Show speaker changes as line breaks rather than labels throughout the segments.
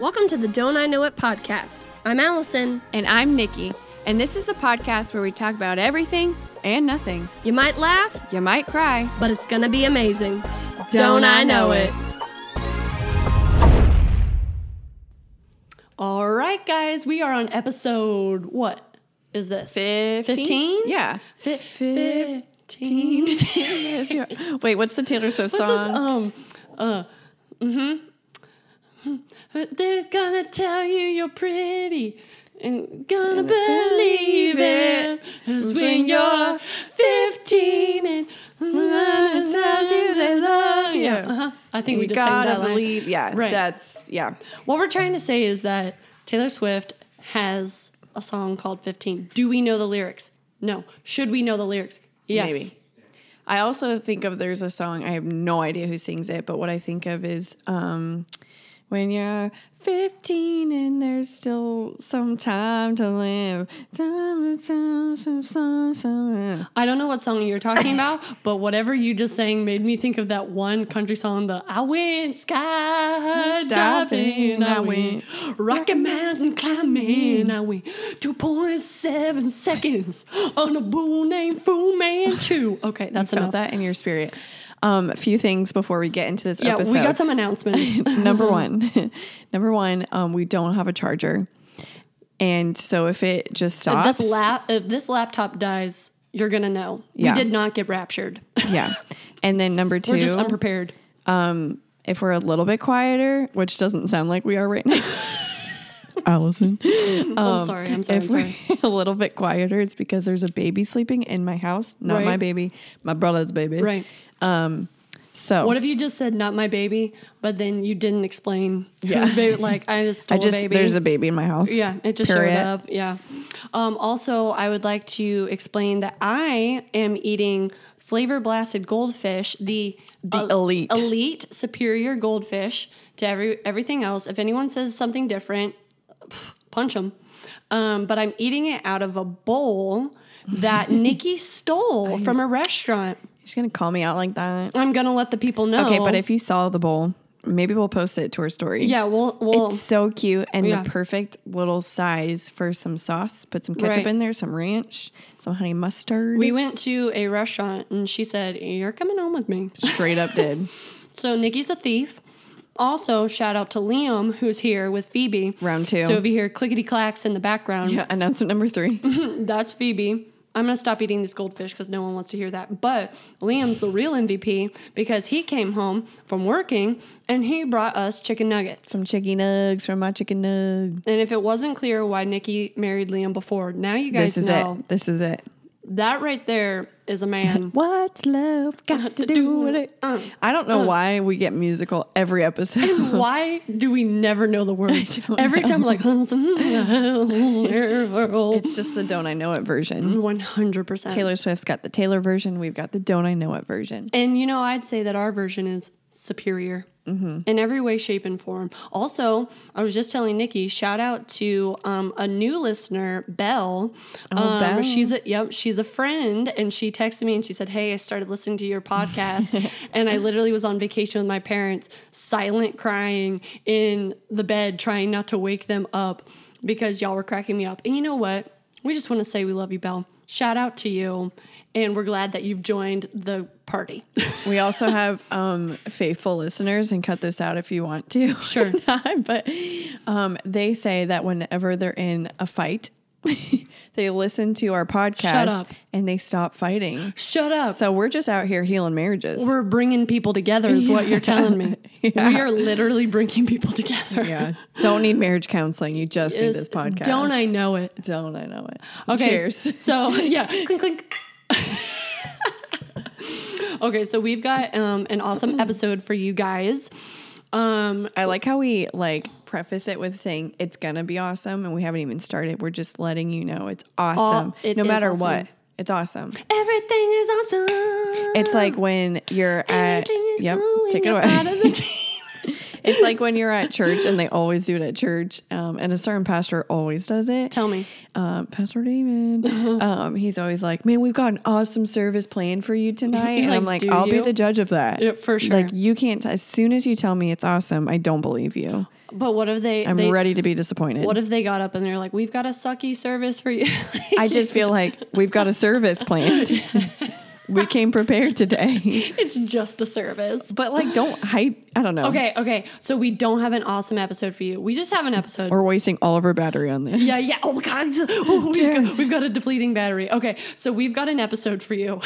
Welcome to the Don't I Know It podcast. I'm Allison.
And I'm Nikki, and this is a podcast where we talk about everything and nothing.
You might laugh,
You might cry.
but it's going to be amazing. Don't,
All right, guys, we are on episode what is this?
15?
Fifteen?
Yeah.
Fi- Fifteen.
Yes, you are. Wait, what's the Taylor Swift
What's this?
song?
Um. Uh. Mhm. But They're gonna tell you you're pretty. And gonna believe it. Cause when you're 15 and someone tells you they love you.
Yeah.
Uh-huh. I think we
you
just sang
gotta
that line.
believe. Yeah,
Right.
that's, yeah.
What we're trying to say is that Taylor Swift has a song called 15. Do we know the lyrics? No. Should we know the lyrics? Yes.
Maybe. I also think of there's a song, I have no idea who sings it, but what I think of is um, when you're 15 and there's still some time to live. Time to time, some, some, some.
I don't know what song you're talking about, but whatever you just sang made me think of that one country song, the I went skydiving, I went Rocky Mountain climbing, I went 2.7 seconds on a bull named Fu Manchu. Okay, that's
Felt
enough.
that in your spirit. Um, a few things before we get into this
Yeah,
episode.
we got some announcements.
number one, number one, um, we don't have a charger, and so if it just stops,
If this, lap, if this laptop dies, you're gonna know.
Yeah.
We did not get raptured.
yeah. And then number 2
We're just unprepared.
if we're a little bit quieter, which doesn't sound like we are right now. Allison,
I'm sorry. I'm sorry. I'm
Um, if we're
sorry.
a little bit quieter, it's because there's a baby sleeping in my house. Not
Right.
my baby, my brother's baby.
Right.
So
What if you just said not my baby, but then you didn't explain
Yeah.
whose baby? Like I just stole
I just
a baby.
there's a baby in my house.
yeah, it just
Period.
showed up. Yeah. Um, also, I would like to explain that I am eating flavor blasted goldfish, the uh,
The elite.
elite superior goldfish to every everything else. If anyone says something different, pff, punch them. Um, but I'm eating it out of a bowl that Nikki stole from a restaurant.
She's gonna call me out like that.
I'm gonna let the people know.
Okay, but if you saw the bowl, maybe we'll post it to our story.
Oh. yeah, we'll we'll
It's so cute and
Yeah.
the perfect little size for some sauce. Put some ketchup
Right.
in there, some ranch, some honey mustard.
we went to a restaurant and she said, "You're coming home with me."
straight up did.
So Nikki's a thief. Also, shout out to Liam who's here with Phoebe.
Round two.
So if you hear clickety clacks in the background,
Yeah, announcement number three.
That's Phoebe. I'm gonna stop eating these goldfish because no one wants to hear that. But Liam's the real MVP because he came home from working and he brought us chicken nuggets.
some chicken nugs from my chicken nug.
And if it wasn't clear why Nikki married Liam before, now you guys
This is
know
it. This is it.
that right there is a man.
What's love got to do with it?
Uh,
I don't know why we get musical every episode.
why do we never know the words? Every time we're like,
it's just the don't I know it version.
one hundred percent.
Taylor Swift's got the Taylor version. We've got the don't I know it version.
And you know, I'd say that our version is superior in every way, shape, and form. Also, I was just telling Nikki, shout out to um, a new listener, Belle. um,
Belle.
She's a yep, she's a friend, and she texted me and she said, "Hey, I started listening to your podcast, and I literally was on vacation with my parents, silent crying in the bed, trying not to wake them up because y'all were cracking me up." And you know what? We just want to say we love you, Belle. Shout out to you, and we're glad that you've joined the party.
We also have um, faithful listeners, and cut this out if you want to.
Sure.
but um, they say that whenever they're in a fight, they listen to our podcast
up.
and they stop fighting.
Shut up.
So we're just out here healing marriages.
we're bringing people together is what you're telling me.
Yeah.
We are literally bringing people together.
yeah. Don't need marriage counseling. You just need
Is-
this podcast.
Don't I know it?
Don't I know it?
Okay.
Cheers.
So yeah, clink clink. okay, so we've got um, an awesome episode for you guys. Um,
I like how we like preface it with saying it's gonna be awesome, and we haven't even started. We're just letting you know it's awesome,
it
no
is
matter
awesome.
what. It's awesome.
everything is awesome.
It's like when you're at
everything is
yep,
going
take it
up out
away.
of the team.
It's like when you're at church, and they always do it at church, um, and a certain pastor always does it.
Tell me. Uh-huh.
um, Pastor David. um, he's always like, "Man, we've got an awesome service planned for you tonight," and I'm
Like,
like,
do
"I'll be
you?
the judge of that."
Yeah, for sure.
Like, you can't. As soon as you tell me it's awesome, I don't believe you.
But what if they?
I'm
they
ready to be disappointed.
What if they got up and they're like, "We've got a sucky service for you."
I just feel like we've got a service planned. we came prepared today,
it's just a service.
but like, don't hype. I don't know.
Okay, okay. So we don't have an awesome episode for you. We just have an episode.
We're wasting all of our battery on this.
yeah, yeah. Oh my god, Oh, we've, got, we've got a depleting battery. Okay, so we've got an episode for you.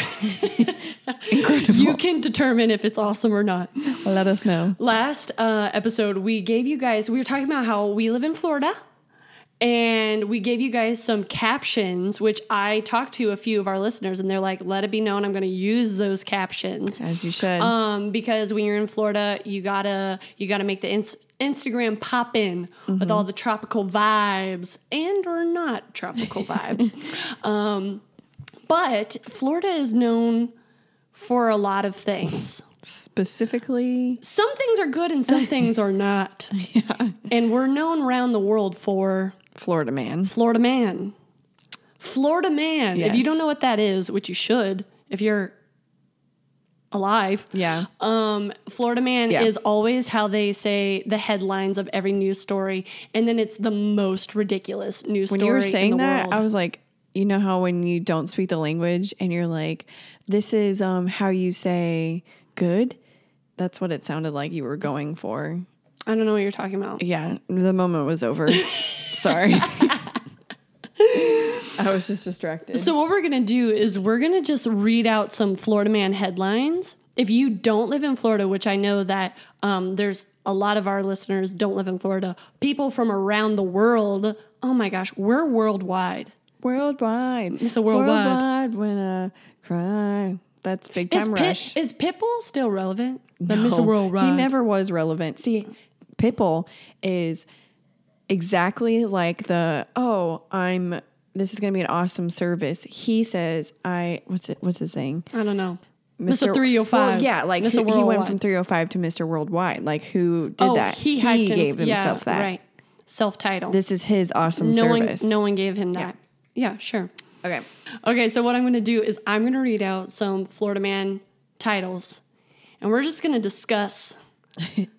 Incredible.
you can determine if it's awesome or not.
Let us know.
Last uh, episode, we gave you guys, we were talking about how we live in Florida. And we gave you guys some captions, which I talked to a few of our listeners, and they're like, let it be known I'm gonna use those captions.
As you should.
Um, because when you're in Florida, you gotta you gotta make the ins- Instagram pop in with all the tropical vibes and or not tropical vibes. Um, but Florida is known for a lot of things
Specifically,
some things are good and some things are not. And we're known around the world for
Florida man.
Florida man. Florida man. If you
Yes.
don't know what that is, which you should if you're alive,
Yeah.
um, Florida man
Yeah.
is always how they say the headlines of every news story. And then it's the most ridiculous news
when
story.
you were
in
saying
the
that
world.
i was like you know how when you don't speak the language and you're like this is um how you say good that's what it sounded like you were going for
I don't know what you're talking about.
yeah the moment was over sorry i was just distracted
So what we're gonna do is we're gonna just read out some Florida man headlines. If you don't live in Florida, which I know that um, there's a lot of our listeners don't live in Florida, people from around the world. Oh my gosh, we're worldwide.
worldwide
a worldwide.
worldwide when i cry that's big
Is,
time
Pit-
rush
is Pitbull still relevant? The
No,
Mr. Worldwide.
He never was relevant. See, Pitbull is exactly like the oh, I'm this is gonna be an awesome service. He says, I what's it what's his thing?
I don't know. oh Mr. 305.
Well, yeah, like
Mr.
who- he went
Worldwide.
from 305 to Mr. Worldwide. Like who did
oh,
that?
He, hyped
gave
him- yeah,
himself that.
Right. Self title.
This is his awesome
No one,
service.
no one gave him that. yeah sure.
Okay.
Okay, so what I'm going to do is I'm going to read out some Florida Man titles, and we're just going to discuss.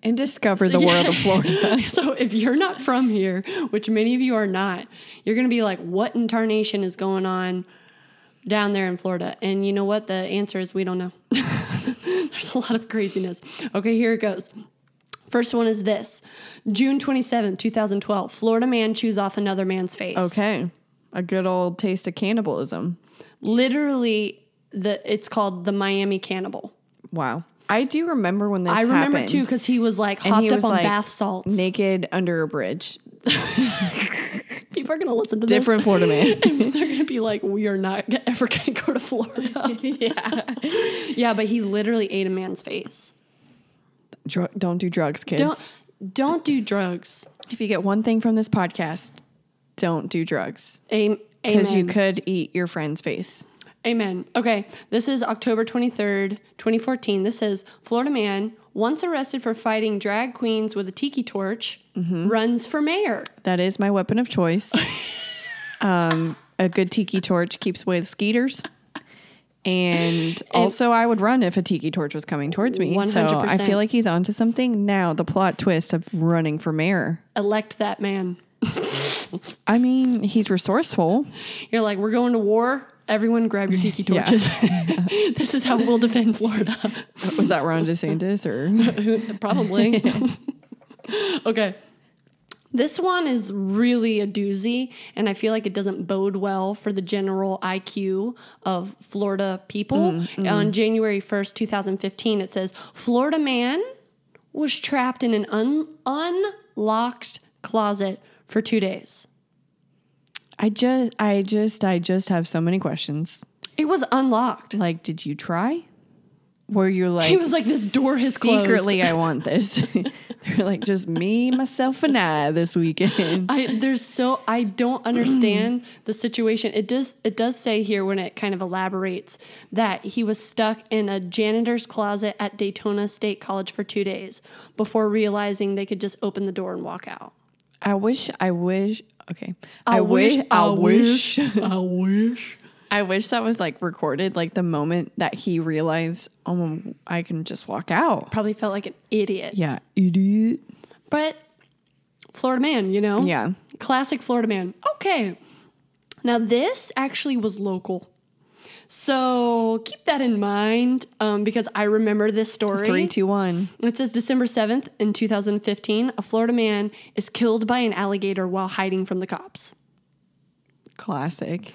And discover the world of Florida.
so if you're not from here, which many of you are not, you're going to be like, "What in tarnation is going on down there in Florida?" And you know what? The answer is we don't know. There's a lot of craziness. Okay, here it goes. First one is this June 27, 2012. Florida man chews off another man's face.
okay. A good old taste of cannibalism.
Literally, the it's called the Miami Cannibal.
Wow. I do remember when this
I remember
happened.
too because he was like hopped
he
up
was,
on
like,
bath salts.
naked under a bridge.
People are gonna listen to
Different Florida man.
this. and They're gonna be like, we are not g- ever gonna go to Florida. yeah, yeah, but he literally ate a man's face.
Dru- don't do drugs, kids.
Don't don't do drugs.
if you get one thing from this podcast, don't do drugs
Am-
because you
Amen.
could eat your friend's face.
Amen. Okay, this is October twenty third, twenty fourteen. This says Florida man once arrested for fighting drag queens with a tiki torch runs for mayor.
That is my weapon of choice. um, a good tiki torch keeps away the skeeters. And also, I would run if a tiki torch was coming towards me. So I
100%.
feel like he's onto something. Now, the plot twist of running for mayor.
Elect that man.
I mean, he's resourceful.
You're like, we're going to war. Everyone grab your tiki
Yeah.
torches. this is how we'll defend Florida.
Was that Ron DeSantis or?
Probably. okay. This one is really a doozy, and I feel like it doesn't bode well for the general IQ of Florida people. On January 1st, 2015, it says Florida man was trapped in an un- unlocked closet for two days.
I just, I just, I just have so many questions.
It was unlocked.
Like, did you try? where you're like
He was like, "This door has closed."
secretly I want this. They're like just me, myself, and I this weekend.
I there's so I don't understand the situation. It does it does say here when it kind of elaborates that he was stuck in a janitor's closet at Daytona State College for 2 days before realizing they could just open the door and walk out.
I wish I wish okay.
I wish.
I wish that was like recorded like the moment that he realized, oh I can just walk out.
Probably felt like an idiot.
Yeah. Idiot.
But Florida man, you know?
Yeah.
Classic Florida man. Okay. Now, this actually was local. So keep that in mind um, because I remember this story.
Three, two, one.
It says December 7th in 2015, a Florida man is killed by an alligator while hiding from the cops.
Classic.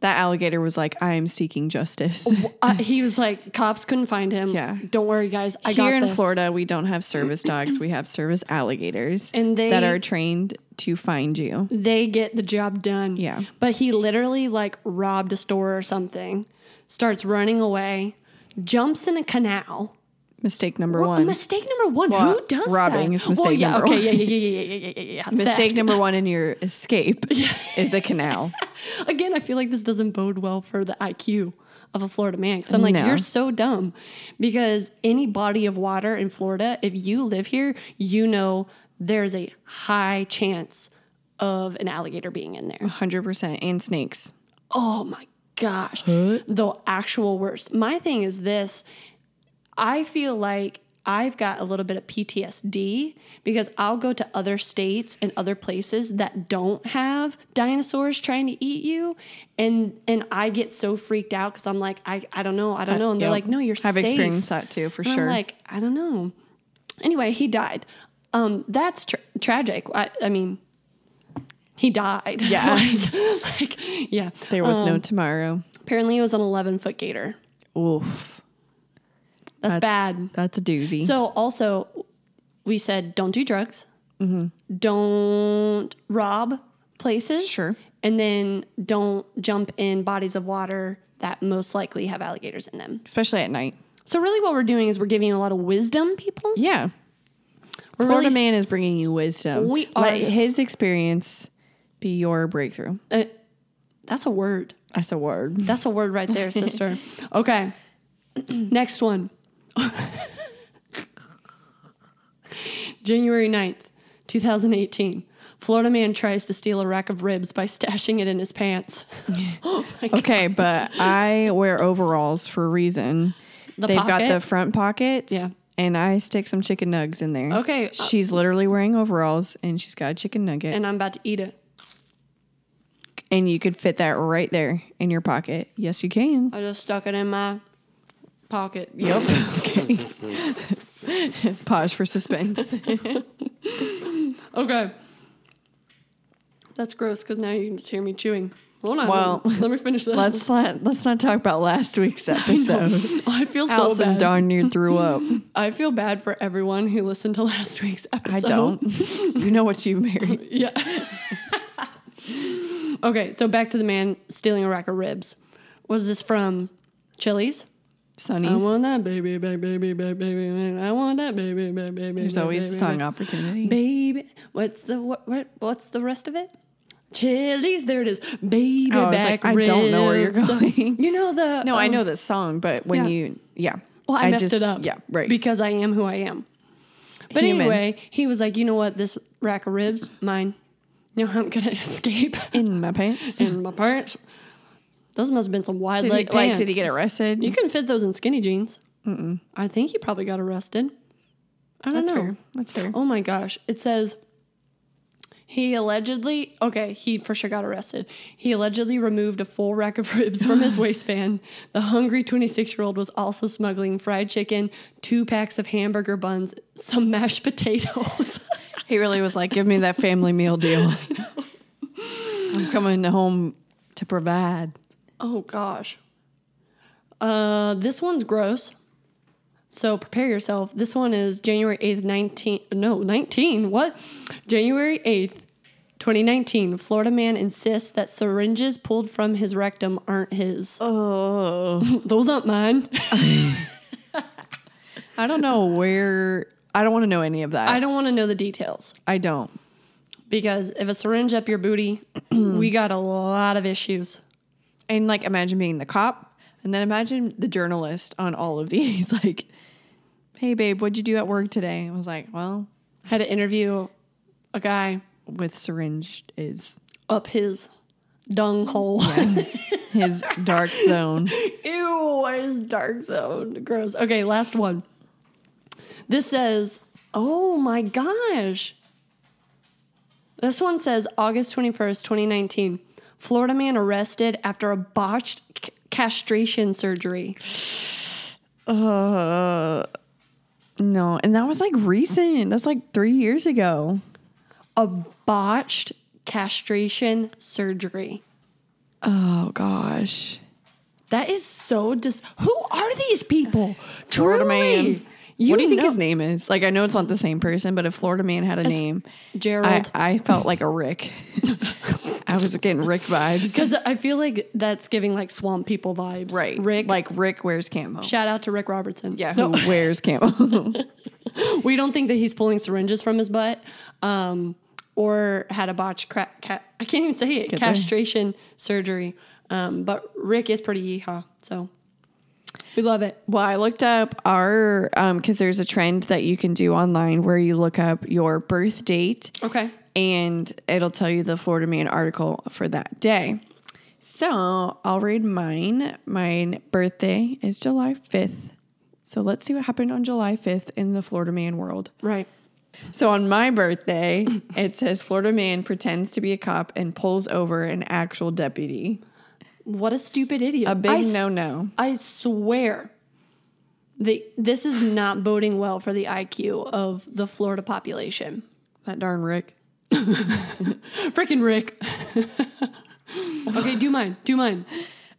That alligator was like, I am seeking justice.
Uh, he was like, cops couldn't find him.
Yeah.
Don't worry, guys. I got
Here in
this."
Florida, we don't have service dogs. We have service alligators
And they-
that are trained to find you.
they get the job done.
Yeah.
But he literally like robbed a store or something, starts running away, jumps in a canal.
Mistake number
Well,
one.
Mistake number one.
Well,
Who does
robbing
that?
is mistake
well, yeah,
number
okay,
one.
Yeah, yeah, yeah, yeah, yeah, yeah, yeah.
Mistake
Theft.
number one in your escape is a canal.
Again, I feel like this doesn't bode well for the IQ of a Florida man. Because I'm like,
No.
you're so dumb. Because any body of water in Florida, if you live here, you know there's a high chance of an alligator being in there.
100% and snakes.
Oh my gosh. The actual worst. My thing is this I feel like I've got a little bit of PTSD because I'll go to other states and other places that don't have dinosaurs trying to eat you and and I get so freaked out cuz I'm like I I don't know, I don't know and they're
Uh, Yep.
like no, you're
I've
safe.
experienced that too, for
And
sure.
I'm like, I don't know. Anyway, he died. Um, that's tra- tragic. I, I mean, he died.
Yeah.
like, like, yeah.
there was
um,
no tomorrow.
Apparently, it was an 11 foot gator.
Oof.
That's, bad.
That's a doozy.
So, also, we said don't do drugs, don't rob places.
Sure.
And then don't jump in bodies of water that most likely have alligators in them.
Especially at night.
So, really, what we're doing is we're giving you a lot of wisdom, people.
Yeah.
We're
Florida
really-
man is bringing you wisdom.
We
Let
are-
his experience be your breakthrough.
Uh, that's a word.
That's a word.
That's a word right there, sister. okay. Next one. January 9th, 2018. Florida man tries to steal a rack of ribs by stashing it in his pants. oh my God.
Okay, but I wear overalls for a reason.
The
They've got
pocket?
the front pockets.
Yeah.
And I stick some chicken nugs in there.
Okay. uh,
She's literally wearing overalls and she's got a chicken nugget. And,
And I'm about to eat it.
you could fit that right there in your pocket. Yes, you can.
I just stuck it in my pocket.
Yep. okay. Pause for suspense.
Okay. That's gross because now you can just hear me chewing. Hold on.
Well,
let me- let me finish this.
let's not let's not talk about last week's episode.
I feel so
Allison
bad.
darn near threw up.
I feel bad for everyone who listened to last week's
I
episode.
don't. you know what you married.
Yeah. okay, so back to the man stealing a rack of ribs. Was this from Chili's? I
Sonny's.
want that baby, baby, baby, baby, baby. I want that baby, baby, baby.
There's always a
baby,
song opportunity.
Baby, what's the what, what? What's the rest of it? Chili's. There it is. Baby
Oh, I was like,
back
I
ribs.
don't know where you're going.
You know the.
No, I
um,
know this song, but when
yeah.
you, yeah.
Well, I, messed
just-
it up.
Yeah, right.
Because I am who I am. But
Human.
anyway, he was like, you know what? This rack of ribs, mine. No, I'm gonna escape
in my pants.
in my pants. Those must have been some wide
Did
leg
he,
pants.
like, did he get arrested?
You can fit those in skinny jeans. I think he probably got arrested. I don't
That's
know.
fair. That's fair.
Oh my gosh. It says he allegedly, okay, he for sure got arrested. He allegedly removed a full rack of ribs from his waistband. The hungry 26 year old was also smuggling fried chicken, two packs of hamburger buns, some mashed potatoes.
He really was like, give me that family meal deal. I'm coming home to provide.
oh gosh. Uh, this one's gross. So prepare yourself. This one is January 8th, 19. No, 19. What? January 8th, 2019. Florida man insists that syringes pulled from his rectum aren't his.
Oh.
Those aren't mine.
I don't know where. I don't want to know any of that.
I don't want to know the details
I don't.
because if a syringe up your booty, we got a lot of issues.
And like, imagine being the cop, and then imagine the journalist on all of these. Like, hey, babe, what'd you do at work today? I was like, well,
Had to interview a guy
with syringe is
up his dung hole.
his dark zone.
Ew, his dark zone. Gross. Okay, last one. This says, oh my gosh. This one says August 21st, 2019. Florida man arrested after a botched c- castration surgery.
Uh, no, and that was like recent. That's like three years ago.
A botched castration surgery.
Oh gosh.
That is so dis. Who are these people?
Florida
Truly.
man. what do you think
know-
his name is? Like, I know it's not the same person, but if Florida man had a name, I,
Gerald.
I felt like a Rick. I was getting Rick vibes.
Because I feel like that's giving like swamp people vibes.
Right.
Rick.
Like Rick wears camo.
Shout out to Rick Robertson.
yeah,
No,
who wears camo.
we don't think that he's pulling syringes from his butt um, or had a botched cra- ca- I can't even say it,
there.
castration surgery. Um, but Rick is pretty yeehaw. So we love it.
well, I looked up our, because there's a trend that you can do online where you look up your birth date
Okay.
and it'll tell you the Florida Man article for that day. So I'll read mine. Mine birthday is July 5th. So let's see what happened on July 5th in the Florida Man world.
Right.
So on my birthday, it says Florida Man pretends to be a cop and pulls over an actual deputy.
What a stupid idiot.
A big
I s-
no no.
I swear. The, this is not boding well for the IQ of the Florida population.
That darn Rick.
Frickin' Rick. okay, do mine. Do mine.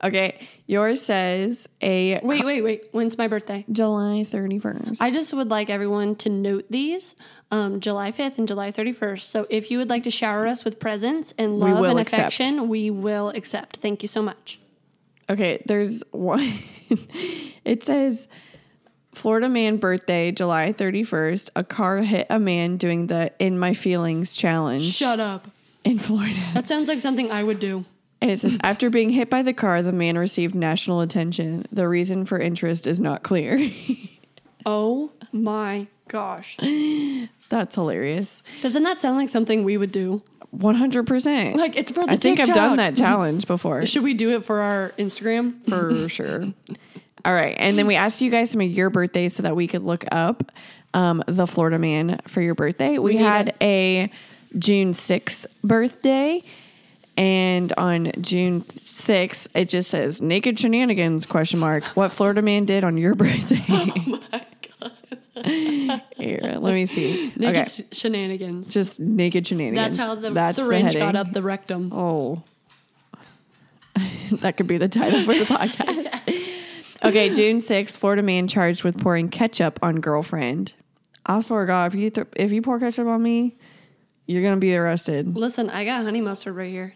Okay. Yours says a
Wait, wait, wait. When's my birthday?
July 31st.
I just would like everyone to note these um, July 5th and July 31st. So if you would like to shower us with presents and love
will
and
accept.
affection, we will accept. Thank you so much.
Okay, there's one. it says Florida man birthday, July 31st. A car hit a man doing the In My Feelings challenge
Shut up.
in Florida.
That sounds like something I would do.
And it says after being hit by the car, the man received national attention. The reason for interest is not clear.
Oh my gosh.
That's hilarious.
Doesn't that sound like something we would do?
100%.
Like it's for the
I think I've
TikTok.
done that challenge before.
Should we do it for our Instagram?
for sure. All right. And then we asked you guys some of your birthdays so that we could look up um, the Florida man for your birthday. We,
need
had a June 6th birthday. And on June 6th, it just says naked shenanigans question mark. What Florida man did on your birthday. Oh my God. Here, let me see.
Naked
okay.
sh- shenanigans.
just naked shenanigans.
That's how the
That's
syringe got
heading.
up the rectum.
Oh. that could be the title for the podcast. okay, June 6th, Florida man charged with pouring ketchup on girlfriend. I swear to God, if you th- if you pour ketchup on me, you're gonna be arrested.
Listen, I got honey mustard right here.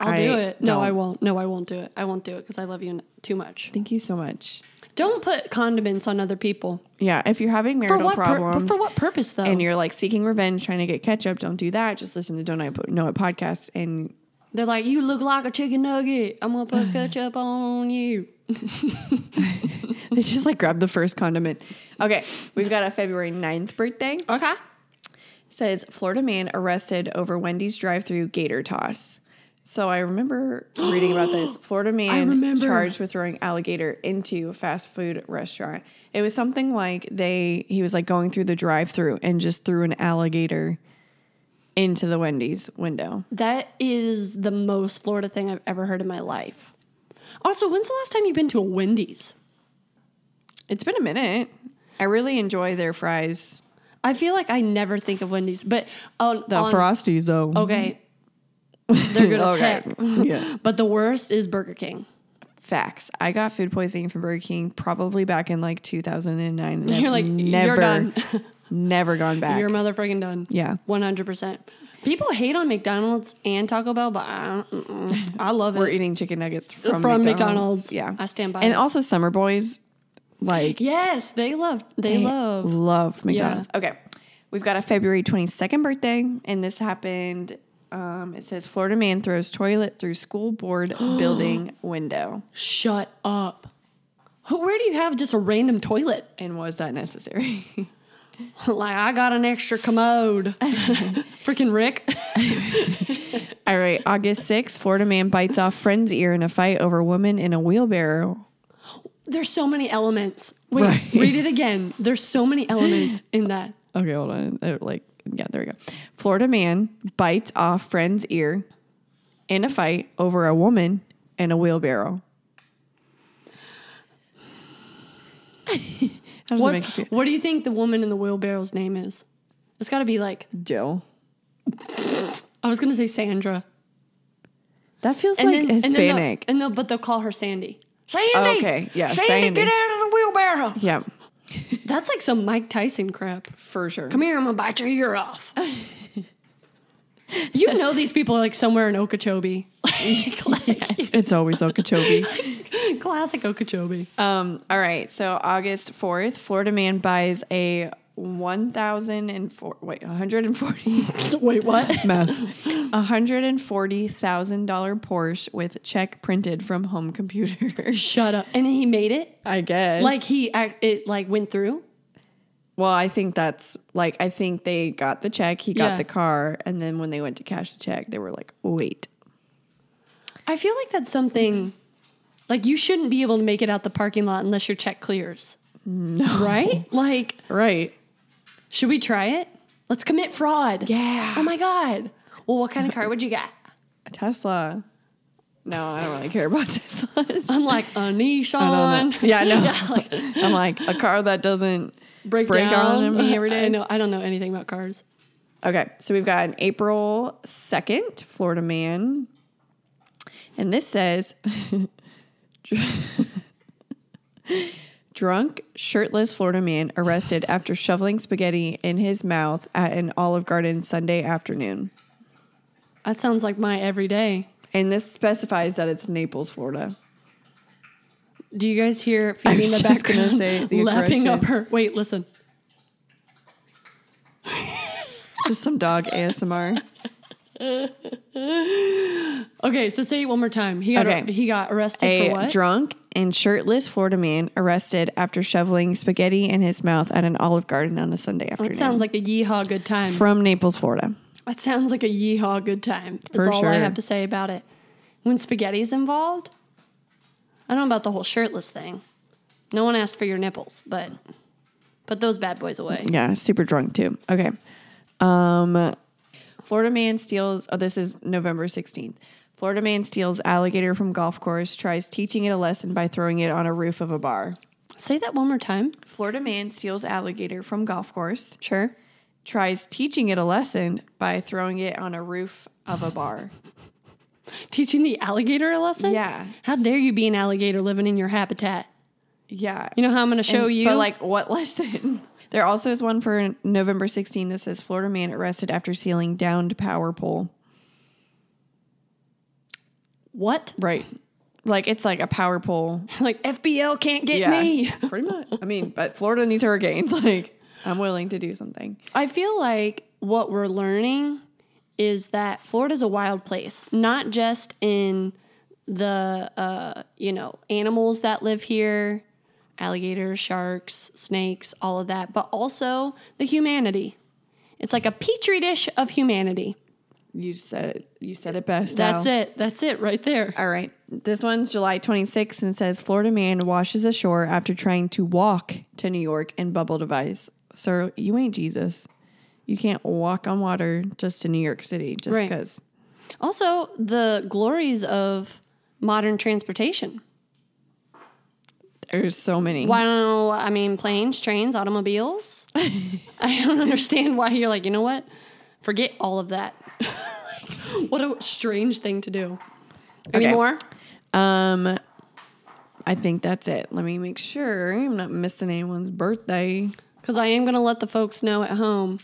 I'll
I
do it. No, I
don't.
won't. No, I won't do it. I won't do it because I love you n- too much.
Thank you so much.
Don't put condiments on other people.
Yeah, if you're having
For
marital
what? pur-
problems
for what purpose though?
and you're like seeking revenge, trying to get ketchup, don't do that. Just listen to Don't I Po- Know It podcast and
They're like, you look like a chicken nugget. I'm gonna put ketchup on you.
they just like grab the first condiment. Okay, we've got a February 9th birthday.
Okay.
says Florida man arrested over Wendy's drive-through gator toss. So I remember reading about this. Florida man
remember.
charged with throwing alligator into a fast food restaurant. It was something like they he was like going through the drive-through and just threw an alligator into the Wendy's window.
That is the most Florida thing I've ever heard in my life. Also, when's the last time you've been to a Wendy's?
It's been a minute. I really enjoy their fries.
I feel like I never think of Wendy's, but on,
The
on-
frosties though.
okay, they're good as
Okay.
heck.
yeah.
But the worst is Burger King.
Facts. I got food poisoning from Burger King probably back in like 2009. And
You're
I've
like, you're
never,
done.
never gone back.
You're motherfucking done.
Yeah.
one hundred percent. People hate on McDonald's and Taco Bell, but I, don't- mm-mm. I love
We're
it
eating chicken nuggets from,
from
McDonald's.
McDonald's.
Yeah.
I stand by.
and
it.
also Summer Boys Like
Yes, they love. They,
I
love.
love McDonald's. Okay. We've got a February 22nd birthday, and this happened. Um, it says Florida man throws toilet through school board building window.
Shut up. Where do you have just a random toilet?
And was that necessary?
Like I got an extra commode. Freaking Rick.
All right, August 6th, Florida man bites off friend's ear in a fight over woman in a wheelbarrow.
There's so many elements. Wait,
Right.
read it again. There's so many elements in that.
Okay, hold on. Uh, Like, yeah, there we go. Florida man bites off friend's ear in a fight over a woman and a wheelbarrow. How does it
What,
make you feel?
what do you think the woman in the wheelbarrow's name is? It's got to be like
Jill.
I was gonna say Sandra.
That feels like Hispanic.
And, then they'll- and they'll, but they'll call her Sandy. Sandy.
Oh, okay, yeah,
Sandy,
Sandy.
get out of the wheelbarrow.
yeah,
That's like some Mike Tyson crap.
for sure.
Come here, I'm gonna bite your ear off. you know these people are like somewhere in Okeechobee. like, like,
It's, it's always Okeechobee.
classic Okeechobee.
um, all right, so August 4th, Florida man buys a 1,004, wait, 140.
Wait, what?
Math. $140,000 Porsche with check printed from home computer.
Shut up. And he made it?
I guess.
Like he ac- it like went through?
well, I think that's like, I think they got the check, he got
Yeah.
the car, and then when they went to cash the check, they were like, wait.
I feel like that's something like you shouldn't be able to make it out the parking lot unless your check clears. No. Right? Like,
Right.
should we try it? Let's commit fraud.
Yeah.
Oh my god. Well, what kind of car would you get?
Tesla. No, I don't really care about Teslas.
I'm like a
know.
Nissan.
Yeah, I know.
like,
I'm like, a car that doesn't
break,
break
down.
down on me every day.
I know. I don't know anything about cars.
Okay, so we've got an April 2nd, Florida man. And this says drunk, shirtless Florida man arrested after shoveling spaghetti in his mouth at an Olive Garden Sunday afternoon.
That sounds like my everyday.
And this specifies that it's Naples, Florida.
Do you guys hear Phoebe in the
was just gonna
background
say the
lapping up
aggression.
her? Wait, listen.
Just some dog ASMR.
Okay, so say it one more time. He got
Okay.
he got arrested
A
for what?
drunk and shirtless Florida man arrested after shoveling spaghetti in his mouth at an Olive Garden on a Sunday afternoon.
that sounds like a yeehaw good time.
from Naples, Florida.
that sounds like a yeehaw good time. That's
For
all I
sure.
have to say about it. When spaghetti's involved, I don't know about the whole shirtless thing. No one asked for your nipples, but put those bad boys away.
Yeah, super drunk too. Okay. Um Florida man steals oh this is November 16th. Florida man steals alligator from golf course, tries teaching it a lesson by throwing it on a roof of a bar.
Say that one more time.
Florida man steals alligator from golf course,
Sure.
tries teaching it a lesson by throwing it on a roof of a bar.
Teaching the alligator a lesson?
Yeah.
How dare you be an alligator living in your habitat?
Yeah.
You know how I'm going to show you?
But like what lesson? There also is one for November 16th that says Florida man arrested after stealing downed power pole.
what?
Right. Like it's like a power pole
Like FBL can't get
Yeah,
me.
pretty much. I mean, but Florida and these hurricanes, like, I'm willing to do something.
I feel like what we're learning is that Florida's a wild place, not just in the uh, you know animals that live here, alligators, sharks, snakes, all of that, but also the humanity. It's like a petri dish of humanity.
You said it. You said it best.
That's it. That's it right there.
All right. This one's July 26th and says Florida man washes ashore after trying to walk to New York in bubble device. Sir, you ain't Jesus. You can't walk on water just to New York City just
Right.
because.
Also, the glories of modern transportation.
There's so many.
Why don't I mean planes, trains, automobiles? I don't understand why you're like, you know what? Forget all of that. Like, what a strange thing to do. Any
Okay.
more?
Um, I think that's it. Let me make sure I'm not missing anyone's birthday.
Because I am gonna let the folks know at home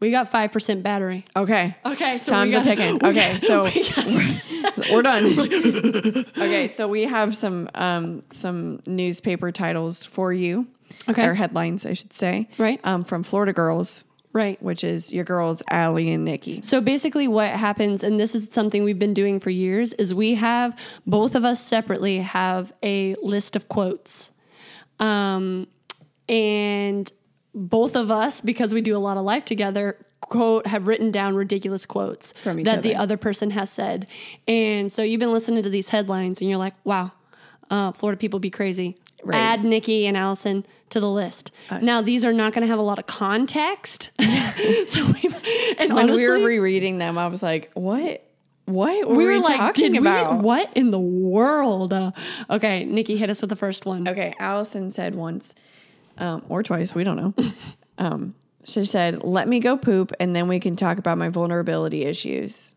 We got 5% battery.
Okay.
Okay, so
Time's
we
a
gotta-
ticking.
we
Okay, so
we gotta-
We're done. okay, so we have some um, some newspaper titles for you.
Okay.
Or headlines, I should say.
Right.
Um, from Florida Girls,
right.
which is your girls Allie and Nikki.
So basically, what happens, and this is something we've been doing for years, is we have both of us separately have a list of quotes. Um, and both of us, because we do a lot of life together, quote have written down ridiculous quotes
From each
that the
other.
other person has said. And so you've been listening to these headlines and you're like, wow, uh, Florida people be crazy.
Right.
Add Nikki and Allison to the list. Now these are not going to have a lot of context. so we and
When
honestly,
we were rereading them, I was like, "What? What were we,
we were like,
talking
did
about?"
we? What in the world? Uh, okay, Nikki, hit us with the first one.
Okay, Allison said once, um, or twice, we don't know. um, she said, "Let me go poop, and then we can talk about my vulnerability issues."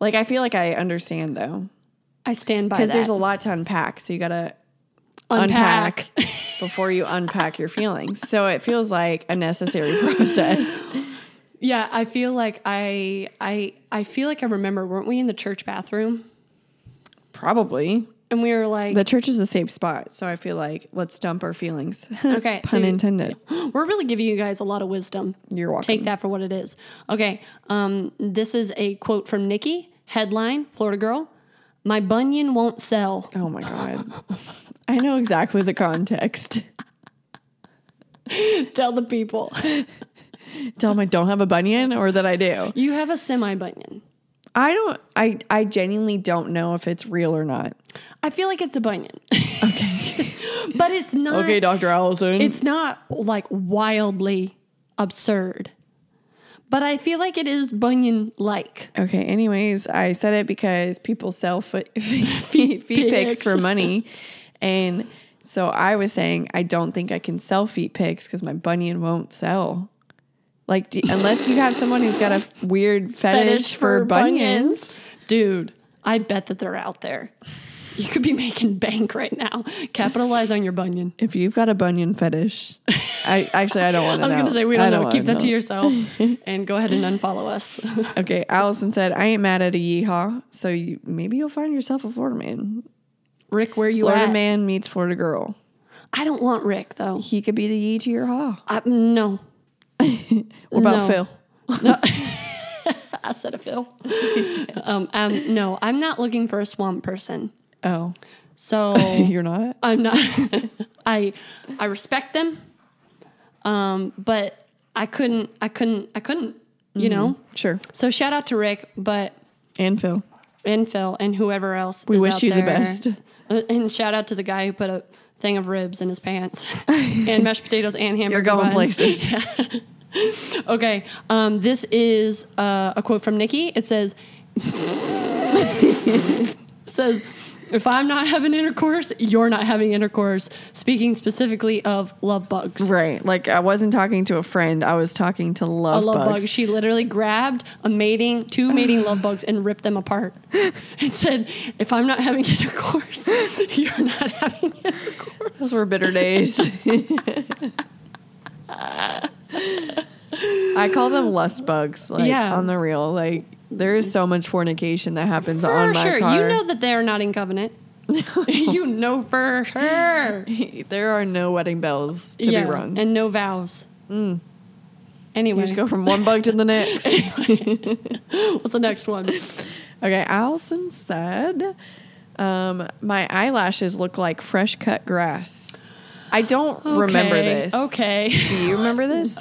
Like I feel like I understand though,
I stand by that.
because there's a lot to unpack. So you gotta
unpack.
before you unpack your feelings. So it feels like a necessary process.
yeah, I feel like I, I, I feel like I remember. Weren't we in the church bathroom?
Probably.
And we were like,
The church is a safe spot, so I feel like let's dump our feelings.
okay, so
Pun intended.
we're really giving you guys a lot of wisdom.
You're welcome.
Take that for what it is. Okay, um, this is a quote from Nikki. Headline: Florida girl, my bunion won't sell.
Oh my god. I know exactly the context.
Tell the people
Tell them I don't have a bunion or that I do.
you have a semi bunion.
I don't I I genuinely don't know if it's real or not.
I feel like it's a bunion. Okay. but it's not
Okay, Dr. Allison.
it's not like wildly absurd. But I feel like it is bunion like.
Okay. Anyways, I said it because people sell foot feet, feet, pics
pics.
for money, and so I was saying I don't think I can sell feet pics because my bunion won't sell. Like do, unless you have someone who's got a f- weird fetish, for, bunions.
Dude, I bet that they're out there. You could be making bank right now. Capitalize on your bunion.
If you've got a bunion fetish, I actually I don't want to.
I was going to say, we don't, know. Keep that to
yourself.
yourself and go ahead and unfollow us.
Okay, Allison said, "I ain't mad at a yeehaw." So you, maybe you'll find yourself a Florida man.
Rick, where you
Florida
at?
man meets Florida girl.
I don't want Rick, though.
He could be the yee to your haw.
I, no.
What about
No.
Phil?
I said a Phil. um, um, no, I'm not looking for a swamp person.
Oh,
So
you're not.
I'm not. I I respect them, um, but I couldn't. I couldn't. I couldn't. You know.
Sure.
So shout out to Rick, but
And Phil.
and Phil and whoever else.
We
is
wish
out
you the
there.
best.
Uh, And shout out to the guy who put a thing of ribs in his pants and mashed potatoes and hamburger.
going
buns.
places.
Yeah. okay. Um, this is uh, a quote from Nikki. It says, it says, if I'm not having intercourse, you're not having intercourse. Speaking specifically of love bugs.
Right. Like I wasn't talking to a friend. I was talking to love,
A love
bugs.
bug. She literally grabbed a mating, two mating love bugs, and ripped them apart. It said, "If I'm not having intercourse, you're not having intercourse."
Those were bitter days. I call them lust bugs. Like
Yeah.
on the real. Like there is so much fornication that happens
For
on my
sure,
car.
you know that they are not in covenant. you know for sure.
there are no wedding bells to be rung.
and no vows.
you
Anyway,
just go from one bug to the next.
what's the next one?
Okay, Allison said, um, "My eyelashes look like fresh cut grass." I don't remember
Okay,
this.
Okay,
do you remember this?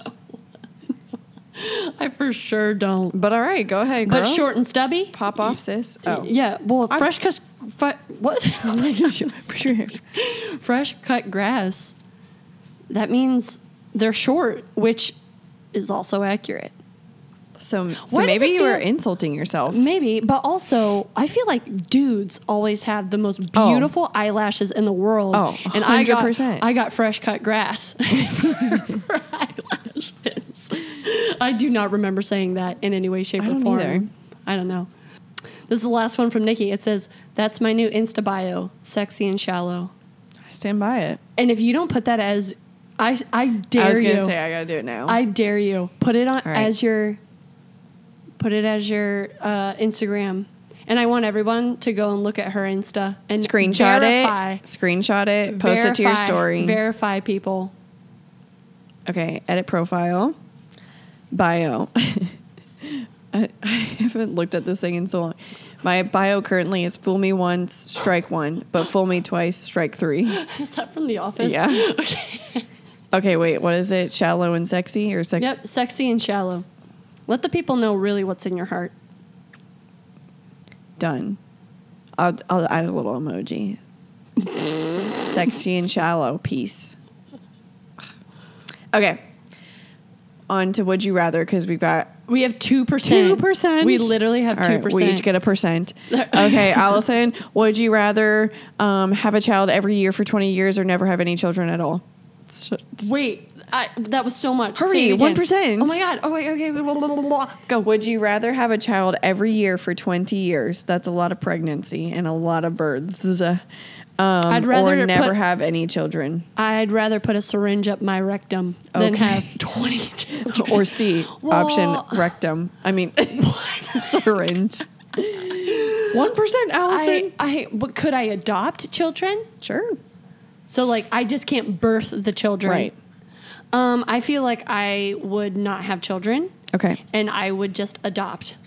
I for sure don't.
But all right, go ahead, girl.
But short and stubby.
pop off, sis. Oh,
Yeah, well, fresh cut. Fr- what? fresh cut grass, that means they're short, which is also accurate.
so, so
Why does
maybe
it
you were
feel-
insulting yourself.
Maybe, but also I feel like dudes always have the most
Oh.
beautiful eyelashes in the world.
Oh,
and I got
100%.
I got fresh cut grass for eyelashes. I do not remember saying that in any way, shape,
I
or
don't
form.
either.
I don't know. This is the last one from Nikki. It says, "That's my new Insta bio: sexy and shallow."
I stand by it.
And if you don't put that as I I dare
I was
you.
gonna say I gotta do it now.
I dare you. Put it on
right.
as your put it as your uh, Instagram. And I want everyone to go and look at her Insta and
screenshot
verify,
it. Screenshot it. Post it to your
verify-
story.
Verify people.
okay, edit profile, bio. I, I haven't looked at this thing in so long. My bio currently is "fool me once, strike one, but fool me twice, strike three.
Is that from The Office?
Yeah.
Okay.
Okay, wait, what is it? Shallow and sexy or sex?
Yep. Sexy and shallow. Let the people know really what's in your heart.
Done. I'll, I'll add a little emoji. Sexy and shallow. Peace. Okay. On to would you rather because we've got
We have two percent. We literally have
All
two
right,
percent.
we each get a percent. Okay, Allison, would you rather um, have a child every year for 20 years or never have any children at all?
Wait, I, that was so much.
Hurry,
Say it again.
1%.
Oh my god. Oh wait. Okay. Blah, blah, blah, blah, blah.
Go. Would you rather have a child every year for 20 years? That's a lot of pregnancy and a lot of births. Um, I'd
rather
or never
put-
have any children
I'd rather put a syringe up my rectum than
Okay.
have twenty children.
or C
Well-
option rectum. I mean, syringe. One percent, Allison.
I, I, but could I adopt children?
sure.
So like, I just can't birth the children.
Right.
Um, I feel like I would not have children,
Okay.
and I would just adopt.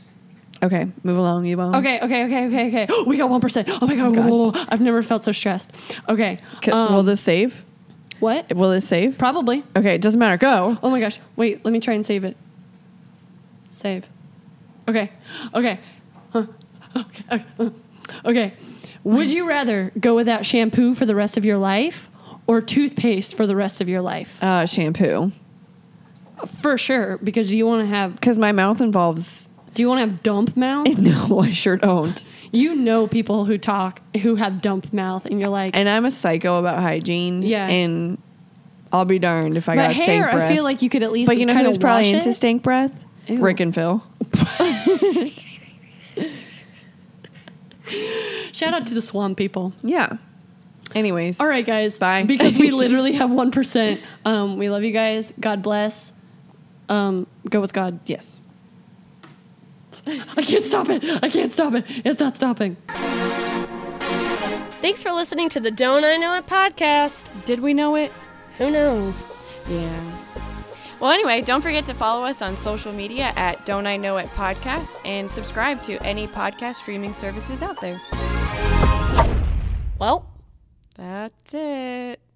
Okay. Move along, you
Okay. Okay. Okay. Okay. Okay. We got one percent. Oh my god.
God.
whoa, whoa, I've never felt so stressed. Okay. Um,
will this save?
what?
Will this save?
Probably.
Okay, it doesn't matter. Go.
Oh my gosh. Wait, let me try and save it. Save. Okay. Okay. Huh. Okay. Okay. Uh. Okay. Would you rather go without shampoo for the rest of your life or toothpaste for the rest of your life?
Uh, shampoo.
For sure, because do you want to have
Because my mouth involves.
do you want to have dump mouth?
No, I sure don't.
You know people who talk who have dump mouth and you're like
And I'm a psycho about hygiene.
Yeah.
And I'll be darned if I
but
got stink
hair,
breath.
I feel like you could at least
but you know
kinda
who's probably
wash
into
it?
stink breath?
Ew.
Rick and Phil.
Shout out to the swamp people.
Yeah. Anyways.
All right, guys.
Bye.
Because we literally have one percent. Um, we love you guys. God bless. Um, go with God.
Yes.
I can't stop it. I can't stop it. It's not stopping.
Thanks for listening to the Don't I Know It podcast.
Did we know it?
Who knows?
Yeah.
Well, anyway, don't forget to follow us on social media at Don't I Know It Podcast and subscribe to any podcast streaming services out there.
Well,
That's it.